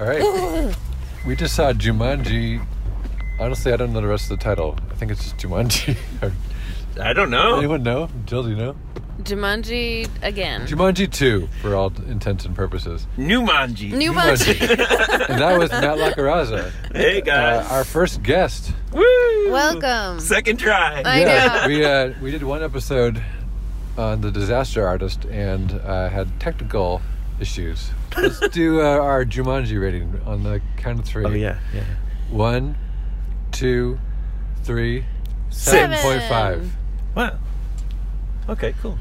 All right. we just saw Jumanji. Honestly, I don't know the rest of the title. I think it's just Jumanji. I don't know. Anyone know? Jill, do you know? Jumanji again. Jumanji 2, for all intents and purposes. Numanji. and that was Matt Lacaraza, hey uh, guys. our first guest. Uh, Woo! Welcome. Second try. Oh, I know. we uh, we did one episode on the disaster artist and uh, had technical issues. Let's do uh, our Jumanji rating on the count of three. oh yeah, yeah. One, two, three, Seven. 7.5. Wow. Okay, cool.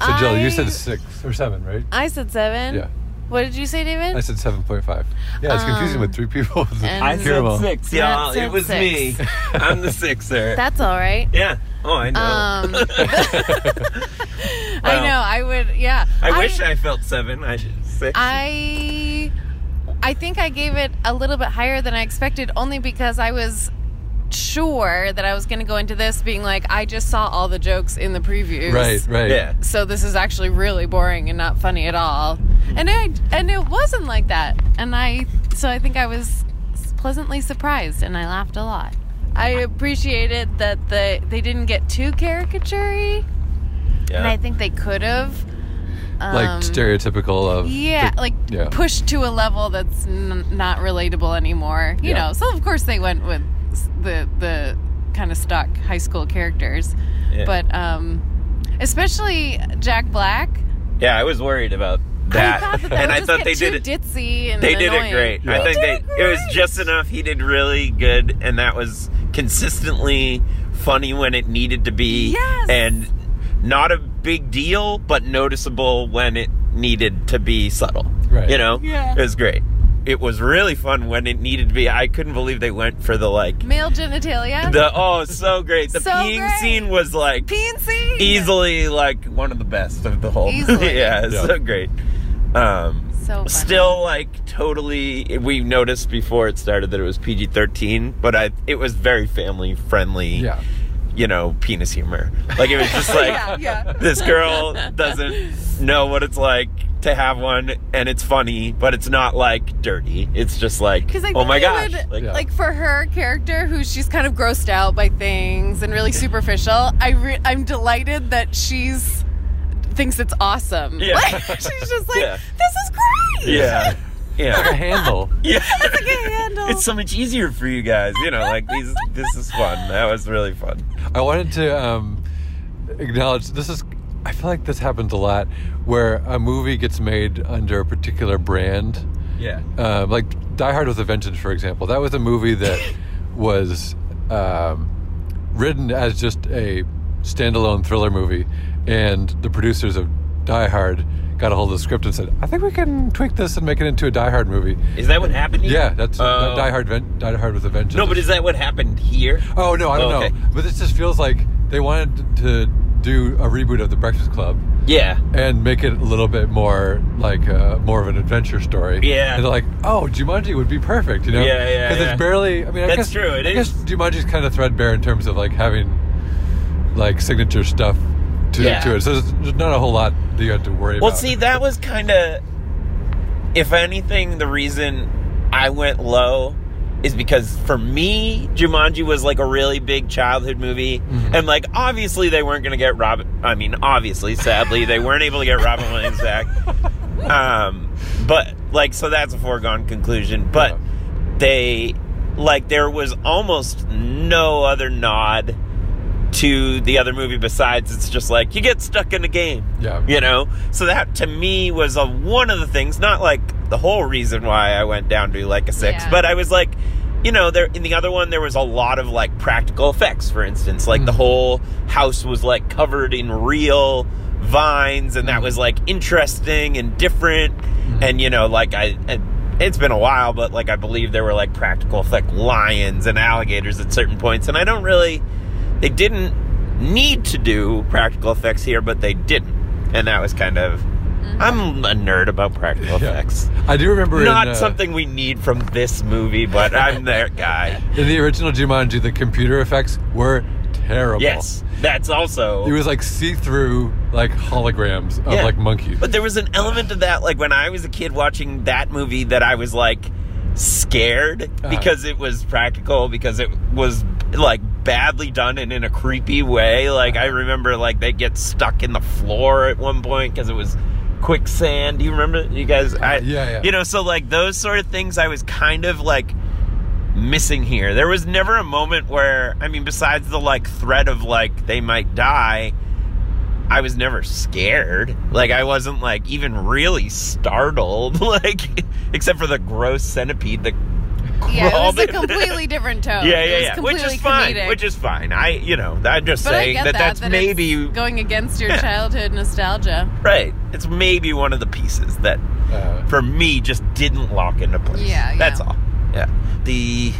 So Jill, I- you said six or seven, right? I said seven. Yeah. What did you say, David? I said seven point five. Yeah, it's confusing Um, with three people. and- I Curable. said six, y'all. said it was six. me. I'm the sixer. That's all right. yeah. Oh, I know. Um, I Wow. know. I would. Yeah. I, wish I felt seven. I should six. I. I think I gave it a little bit higher than I expected, only because I was sure that I was going to go into this being like, I just saw all the jokes in the previews. right, right. yeah. So this is actually really boring and not funny at all. And I and it wasn't like that. And I so I think I was pleasantly surprised and I laughed a lot. I appreciated that the they didn't get too caricaturey, and I Yeah. think they could have. Like Um, stereotypical of Yeah, the- like yeah. pushed to a level that's n- not relatable anymore. You Yeah. know, so of course they went with s- the the kind of stock high school characters, Yeah. but um, especially Jack Black. yeah, I was worried about I that, thought that, that and would I just thought get they did too it. Ditzy and they did it annoying. great. I They think they did it was great. just enough. He did really good, and that was consistently funny when it needed to be, Yes. and not a big deal, but noticeable when it needed to be subtle. Right. You know, Yeah. it was great. It was really fun when it needed to be. I couldn't believe they went for the like Male genitalia. the oh so great. The So peeing great. scene was like PNC. easily like one of the best of the whole. Easily. yeah, it's Yeah. so great. Um, So funny. still like totally. We noticed before it started that it was PG thirteen, but I it was very family friendly. yeah. you know, penis humor. Like it was just like yeah, yeah. this girl doesn't know what it's like to have one, and it's funny, but it's not like dirty. It's just like, 'Cause I oh think my they gosh, would- like, Yeah. Like for her character, who she's kind of grossed out by things and really superficial. I re- I'm delighted that she's thinks it's awesome. Yeah. Like, she's just like, Yeah. this is great. yeah, A yeah, handle. yeah. It's a good handle. It's so much easier for you guys, you know. Like these, this is fun. That was really fun. I wanted to um, acknowledge this is. I feel like this happens a lot, where a movie gets made under a particular brand, Yeah, um, like Die Hard with a Vengeance, for example. That was a movie that was um, written as just a standalone thriller movie, and the producers of Die Hard got a hold of the script and said, "I think we can tweak this and make it into a Die Hard movie." is that what happened? Here? Yeah, that's Oh. Die Hard. Ven- Die Hard with a Vengeance. No, but is that what happened here? Oh no, I don't Okay. know. But this just feels like they wanted to do a reboot of The Breakfast Club Yeah, and make it a little bit more like uh, more of an adventure story. Yeah. And they're like, oh, Jumanji would be perfect, you know? Yeah, yeah, Because yeah. it's barely. I mean, I That's guess, true, it I is. guess Jumanji's kind of threadbare in terms of like having like signature stuff to, Yeah. to it. So there's, there's not a whole lot that you have to worry Well, about. see, that was kind of, if anything, the reason I went low is because for me, Jumanji was like a really big childhood movie, and like obviously they weren't going to get Robin. I mean, obviously, sadly, they weren't able to get Robin Williams back. Um, but like, so that's a foregone conclusion. But Yeah. they, like, there was almost no other nod to the other movie besides it's just like you get stuck in a game Yeah. you know so that to me was a, one of the things not like the whole reason why i went down to like a six Yeah. but i was like you know there in the other one there was a lot of like practical effects for instance like the Mhm. whole house was like covered in real vines, and that was like interesting and different. And you know, like I, I- it's been a while, but like I believe there were like practical effect lions and alligators at certain points, and I don't really, they didn't need to do practical effects here, but they didn't, and that was kind of. I'm a nerd about practical Yeah. effects. I do remember Not in, uh, something we need from this movie, but I'm that guy. in the original Jumanji. The computer effects were terrible. Yes, that's also. it was like see-through, like holograms of Yeah. like monkeys. But there was an element of that, like when I was a kid watching that movie, that I was like scared because it was practical, because it was like badly done and in a creepy way. Like I remember, like they get stuck in the floor at one point because it was quicksand. Do you remember, you guys? I, yeah, yeah. You know, so like those sort of things, I was kind of like missing here. There was never a moment where, I mean, besides the like threat of like they might die, I was never scared. Like I wasn't like even really startled. Like except for the gross centipede that Yeah, it crawled was a in. completely different tone. yeah, Oh, It yeah, was yeah. Which is completely fine. comedic. Which is fine. I, you know, I'm just but I saying get that, that's that it's maybe going against your Yeah. childhood nostalgia. right. It's maybe one of the pieces that uh, for me just didn't lock into place. Yeah, yeah. That's all. Yeah. The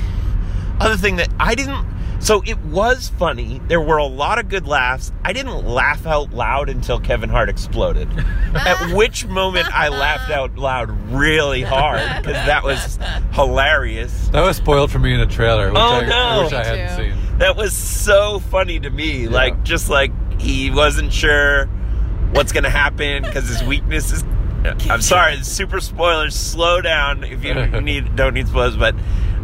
other thing that I didn't so it was funny. There were a lot of good laughs. I didn't laugh out loud until Kevin Hart exploded. Ah, At which moment I laughed out loud really hard because that was hilarious. that was spoiled for me in a trailer, which Oh, I, I no. wish I Me hadn't too. seen. That was so funny to me. Like just like he wasn't sure what's gonna happen because his weakness is. I'm sorry, it's super spoilers. Slow down if you need don't need spoilers, but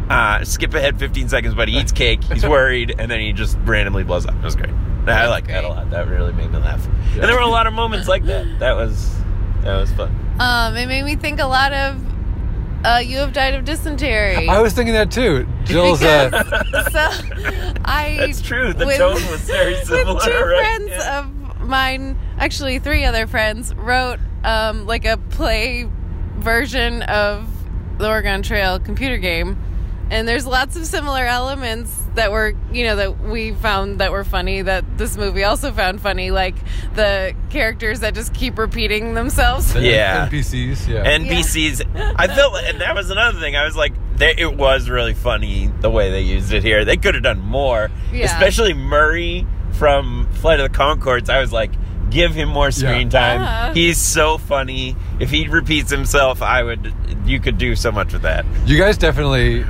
uh, skip ahead 15 seconds. But he eats cake. He's worried, and then he just randomly blows up. That was great. I like that a great. lot. That really made me laugh. Yeah. And there were a lot of moments like that. That was that was fun. Um, it made me think a lot of uh, you have died of dysentery. Oh, I was thinking that too. Jill's because, uh, so I That's true. The with- tone was very similar. With two right? friends Yeah. of mine, actually three other friends, wrote um, like a play version of the Oregon Trail computer game. And there's lots of similar elements that were, you know, that we found that were funny that this movie also found funny, like the characters that just keep repeating themselves. the Yeah. NPCs. Yeah, NPCs. I felt, and that was another thing. I was like, they, it was really funny the way they used it here. They could have done more, Yeah. especially Murray from Flight of the Concords. I was like, give him more screen Yeah. time. Uh-huh. He's so funny. If he repeats himself, I would. You could do so much with that. you guys definitely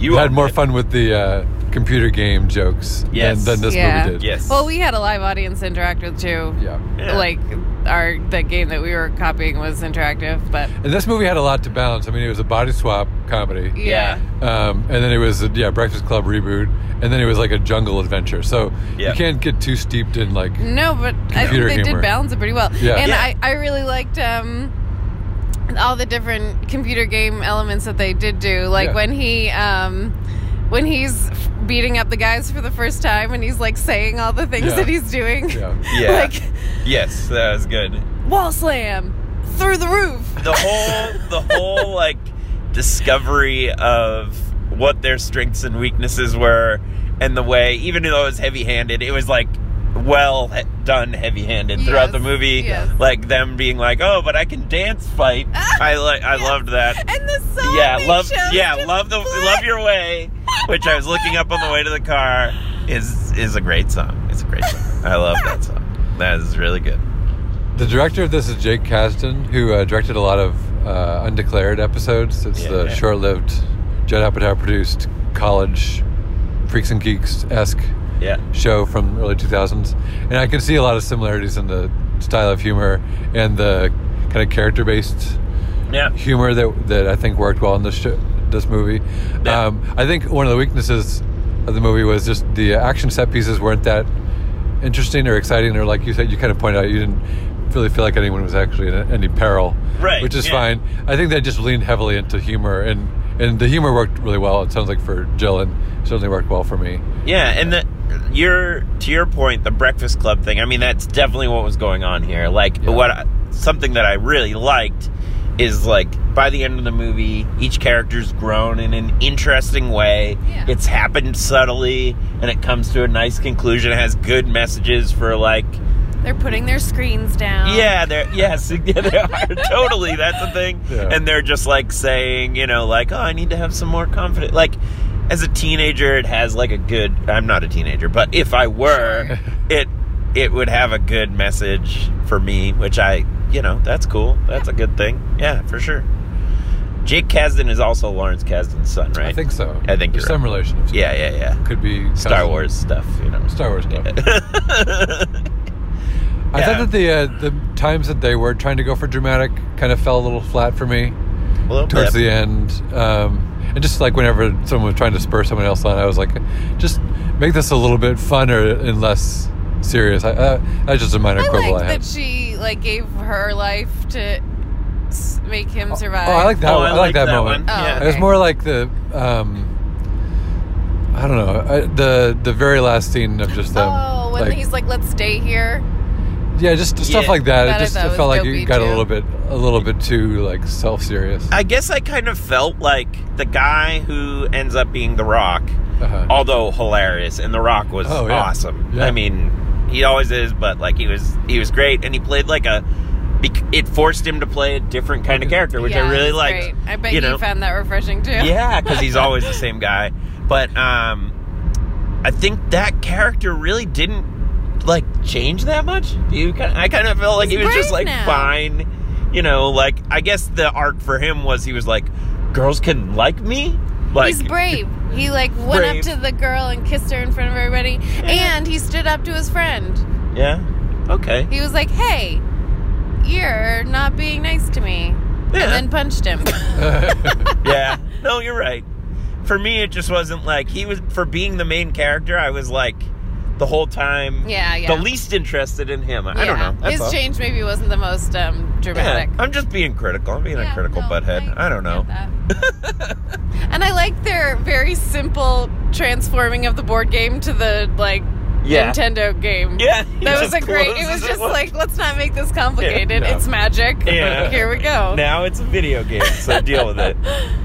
You had owned more it. fun with the uh, computer game jokes Yes. than, than this Yeah. movie did. Yes. Well, we had a live audience to interact with too. Yeah. Yeah. Like our the game that we were copying was interactive, but And this movie had a lot to balance. I mean, it was a body swap comedy. yeah. Um, and then it was yeah Breakfast Club reboot, and then it was like a jungle adventure. So Yeah. you can't get too steeped in like No, but I think Computer they humor. did balance it pretty well. Yeah. And Yeah. I, I really liked um, all the different computer game elements that they did do. Like Yeah. when he um, when he's f- beating up the guys for the first time and he's like saying all the things Yeah. that he's doing. yeah. yeah. like yes, that was good. wall slam through the roof. the whole the whole like discovery of what their strengths and weaknesses were and the way even though it was heavy-handed it was like well he- done heavy-handed throughout Yes, the movie yes. like them being like oh but i can dance fight i like i loved that And the song yeah they love chose yeah to love the play. love your way which i was looking up on the way to the car is is a great song it's a great song i love that song that is really good The director of this is Jake Kasdan, who uh, directed a lot of uh, undeclared episodes. It's the Yeah. short-lived Judd Apatow produced college freaks and geeks esque yeah show from early 2000s, and I can see a lot of similarities in the style of humor and the kind of character-based yeah humor that that I think worked well in this sh- this movie. Yeah. Um, I think one of the weaknesses of the movie was just the action set pieces weren't that interesting or exciting, or like you said, you kind of pointed out you didn't really feel like anyone was actually in any peril, Right, Which is yeah. fine. I think they just leaned heavily into humor, and and the humor worked really well. It sounds like for Jill, and certainly worked well for me. Yeah, and the, your to your point, the Breakfast Club thing. I mean, that's definitely what was going on here. Like, Yeah. what I, something that I really liked is like by the end of the movie, each character's grown in an interesting way. Yeah. It's happened subtly, and it comes to a nice conclusion. It has good messages for like They're putting their screens Um, down. Yeah, they're yes, yeah, they are totally. That's the thing. Yeah. And they're just like saying, you know, like, oh, I need to have some more confidence. Like, as a teenager, it has like a good. I'm not a teenager, but if I were, it it would have a good message for me, which I, you know, that's cool. That's a good thing. Yeah, for sure. Jake Kasdan is also Lawrence Kasdan's son, I right? think so. I think There's you're some relation. Of Yeah, yeah, yeah. Could be Star cousin- Wars stuff, you know. Star Wars stuff. I Yeah. thought that the uh, the times that they were trying to go for dramatic kind of fell a little flat for me A little towards bit. the end, um, and just like whenever someone was trying to spur someone else on, I was like, just make this a little bit funner and less serious. I, uh, that's just a minor I quibble I like had. that she like gave her life to s- make him survive. Oh, I like that. Oh, one. I, like that, moment. one. Oh, Yeah. It was Okay. more like the. Um, I don't know I, the the very last scene of just them. oh, when um, like- he's like, "Let's stay here." yeah, just stuff Yeah. like that. That I it just thought it was felt like dopey, it got too. a little bit a little bit too like self serious. I guess I kind of felt like the guy who ends up being The Rock, Uh-huh. although hilarious, and The Rock was Oh, yeah. awesome. Yeah. I mean, he always is, but like he was, he was great, and he played like a. bec- It forced him to play a different kind of character, which Yeah, I really that's liked. great. I bet you you, know? found that refreshing too. Yeah, because he's always the same guy. But um, I think that character really didn't like change that much. You, kind I kind of felt like he He's was just brave like now. fine. You know, like I guess the arc for him was he was like, girls can like me. Like he's brave. He like went Brave. up to the girl and kissed her in front of everybody, and he stood up to his friend. yeah, okay, He was like, "Hey, you're not being nice to me," and yeah, then punched him. Uh-huh. yeah. No, you're right. For me, it just wasn't like he was for being the main character. I was like the whole time, yeah, yeah. the least interested in him. I don't Yeah. know. That's His all. change maybe wasn't the most um, dramatic. Yeah, I'm just being critical. I'm being a critical butthead. I, don't know. and I like their very simple transforming of the board game to the like Yeah. Nintendo game. Yeah. That was a great. It was just like let's not make this complicated. no. It's magic. Yeah. Here we go. Now it's a video game, so deal with it.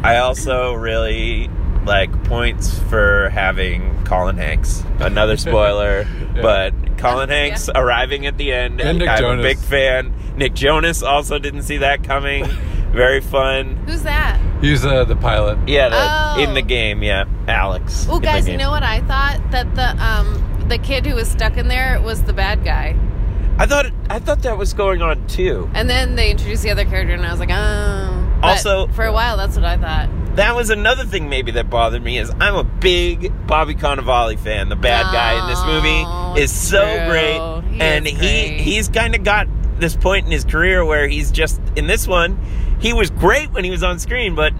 I also really like points for having Colin Hanks. Another spoiler, Yeah. but Colin Hanks arriving at the end. And Nick I'm Jonas. a big fan. Nick Jonas also didn't see that coming. Very fun. Who's that? He's uh, the pilot. Yeah, the, Oh. in the game, yeah. Alex. Oh, in the guys, you game. know what I thought that the um the kid who was stuck in there was the bad guy, I thought I thought that was going on too. and then they introduced the other character, and I was like, oh. But Also- for a while, that's what I thought. That was another thing maybe that bothered me is I'm a big Bobby Cannavale fan. The bad guy in this Oh, movie is so true. great, He and is he great. he's kind of got this point in his career where he's just in this one. He was great when he was on screen, but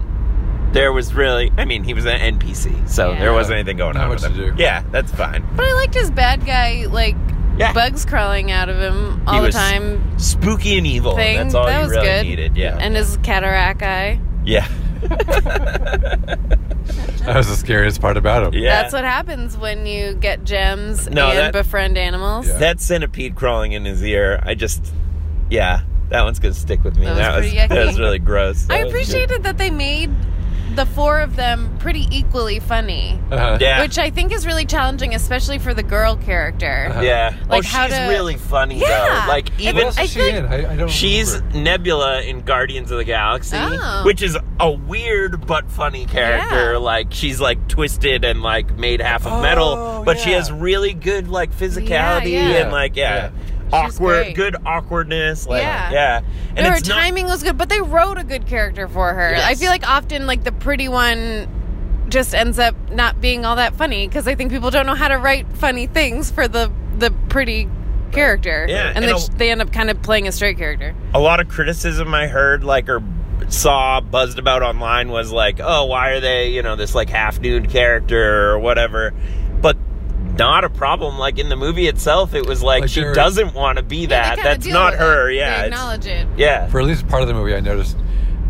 there was really I mean he was an NPC, so Yeah. there wasn't anything going Not on much with him. to do. Yeah, that's fine. But I liked his bad guy, like Yeah, bugs crawling out of him all He the was- time, spooky and evil. Thing, That's all that you was really good. needed. Yeah, and his cataract eye. yeah, That was the scariest part about him. yeah. That's what happens when you get gems No, and that- befriend animals. Yeah. That centipede crawling in his ear, I just, yeah, that one's gonna stick with me. That was pretty that yucky. was really gross. That I was good. appreciated that they made the four of them pretty equally funny, Uh-huh. Yeah, which I think is really challenging, especially for the girl character. Uh-huh. yeah. Like, oh, how she's to- really funny Yeah. though. Like And What even else I is she feel like- in? I, I don't. she's remember. Nebula in Guardians of the Galaxy, Oh. which is a weird but funny character. Yeah. Like she's like twisted and like made half of metal, Oh, but she yeah. has really good like physicality yeah. and like yeah. Yeah. Awkward, great. good awkwardness, like yeah, Yeah. and her it's not- timing was good, but they wrote a good character for her. I Yes. feel like often, like the pretty one, just ends up not being all that funny because I think people don't know how to write funny things for the the pretty character. Yeah, and, and they, a- they end up kind of playing a straight character. a lot of criticism I heard, like, or saw buzzed about online was like, oh, why are they, you know, this like half nude character or whatever. But not a problem. Like, in the movie itself, it was like, Like, she they're- doesn't want to be Yeah, they that. kinda That's deal not with her. It. Yeah. they it's- acknowledge it. Yeah. for at least part of the movie. I noticed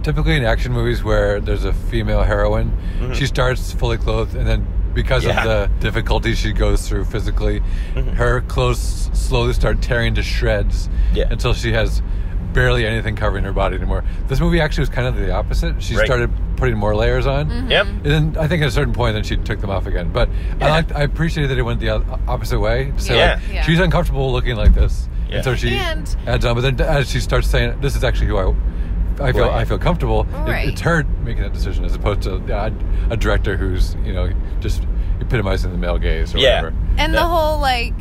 typically in action movies where there's a female heroine, she starts fully clothed, and then because Mm-hmm. Yeah. Mm-hmm. of the difficulties she goes through physically, her clothes slowly start tearing to shreds Yeah. until she has barely anything covering her body anymore. This movie actually was kind of the opposite. She Right. started putting more layers on. Yep. Mm-hmm. And then I think at a certain point, then she took them off again. But I Yeah. liked, I appreciate that it went the o- opposite way. To say Yeah. like, Yeah. she's uncomfortable looking like this, Yeah. and so she And- adds on. But then as she starts saying, "This is actually who I, I feel Right. I feel comfortable," it- Right. it's her making that decision as opposed to uh, a director who's you know just epitomizing the male gaze or Yeah. whatever. And Yeah. the whole like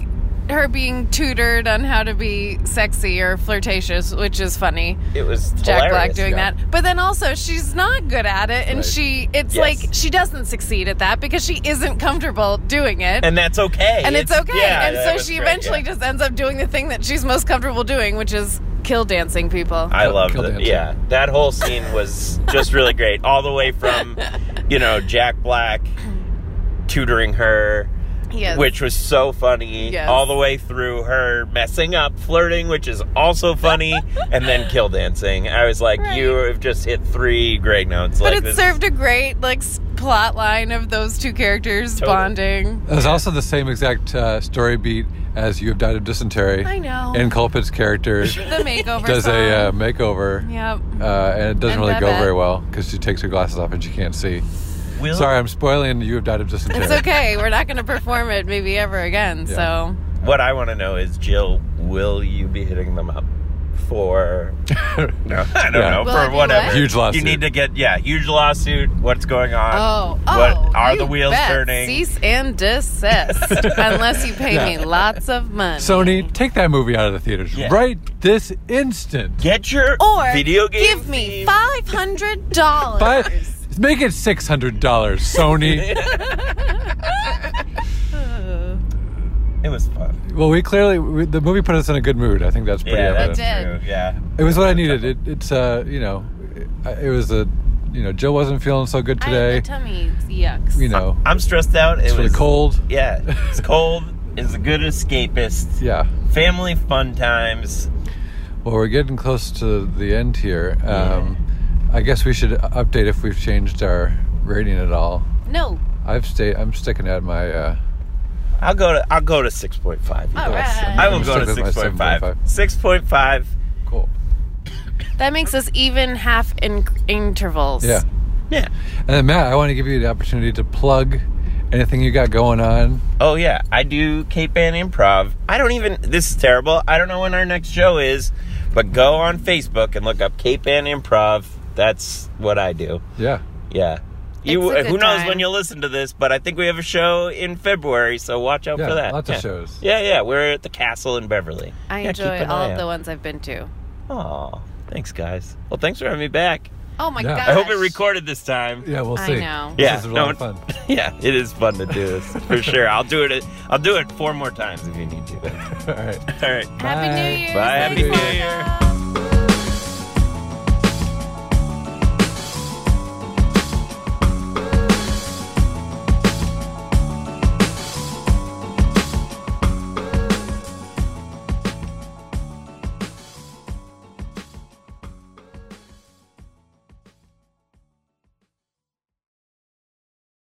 her being tutored on how to be sexy or flirtatious, which is funny. It was Jack Black hilarious. doing yeah. that. But then also she's not good at it and Right. she it's Yes. like she doesn't succeed at that because she isn't comfortable doing it. and that's okay. and it's, okay. yeah, and that so was she great, eventually yeah. just ends up doing the thing that she's most comfortable doing, which is kill dancing people. I Kill- loved kill it. dancing. Yeah, that whole scene was just really great. All the way from, you know, Jack Black tutoring her, yes. which was so funny. Yes. All the way through her messing up, flirting, which is also funny, and then kill dancing. I was like, you have just hit three great notes. but like, it this- served a great like s- plot line of those two characters Totally. bonding. It was also the same exact uh, story beat as "You Have Died of Dysentery." I know. And Culpit's character The makeover does song. a uh, makeover. Yep. Uh, and it doesn't And really go Babette. very well because she takes her glasses off and she can't see. Will- Sorry, I'm spoiling. You have died of dysentery. It's okay. We're not going to perform it maybe ever again. Yeah. So What I want to know is, Jill, will you be hitting them up for? no, I don't Yeah. know Will I for be whatever. what? Huge lawsuit. You need to get yeah, huge lawsuit. What's going on? oh, oh, what are the you wheels bet. turning? Cease and desist unless you pay Yeah. me lots of money. Sony, take that movie out of the theaters Yeah. right this instant. Get your or video game. Give me theme. five hundred dollars. But make it six hundred dollars, Sony. It was fun. well, we clearly we, the movie put us in a good mood. I think that's pretty yeah, evident. that's It true. Yeah. It was what I needed. It, it's uh, you know, it, it was a, you know, Jill wasn't feeling so good today. tummy yucks. You know, I'm stressed out. It it's was really cold. Yeah, it's cold. It's a good escapist. Yeah. Family fun times. Well, we're getting close to the end here. Um, I guess we should update if we've changed our rating at all. No. I've stayed. I'm sticking at my. Uh, I'll go to I'll go to six point five. All right. I will I'm go to stuck six with my point five. 7.5. Six point five. Cool. That makes us even half in intervals. Yeah. Yeah. And then Matt, I want to give you the opportunity to plug anything you got going on. Oh yeah, I do Cape Ann Improv. I don't even. This is terrible. I don't know when our next show is, but go on Facebook and look up Cape Ann Improv. That's what I do. Yeah. Yeah. You. uh, It's a good who knows time. when you'll listen to this, but I think we have a show in February, so watch out Yeah, for that. lots of yeah. shows. Yeah, yeah. We're at the Castle in Beverly. I Yeah, keep enjoy an all eye of the out. ones I've been to. Aw, thanks guys. Well, thanks for having me back. Oh my Yeah. gosh. I I hope it recorded this time. Yeah, we'll I see. know. This Yeah, is a no, lot of it's- fun. Yeah, it is fun to do this for sure. I'll do it. I'll do it four more times if you need to. All right. All right. Happy Bye. New Year. Bye, Happy New Year.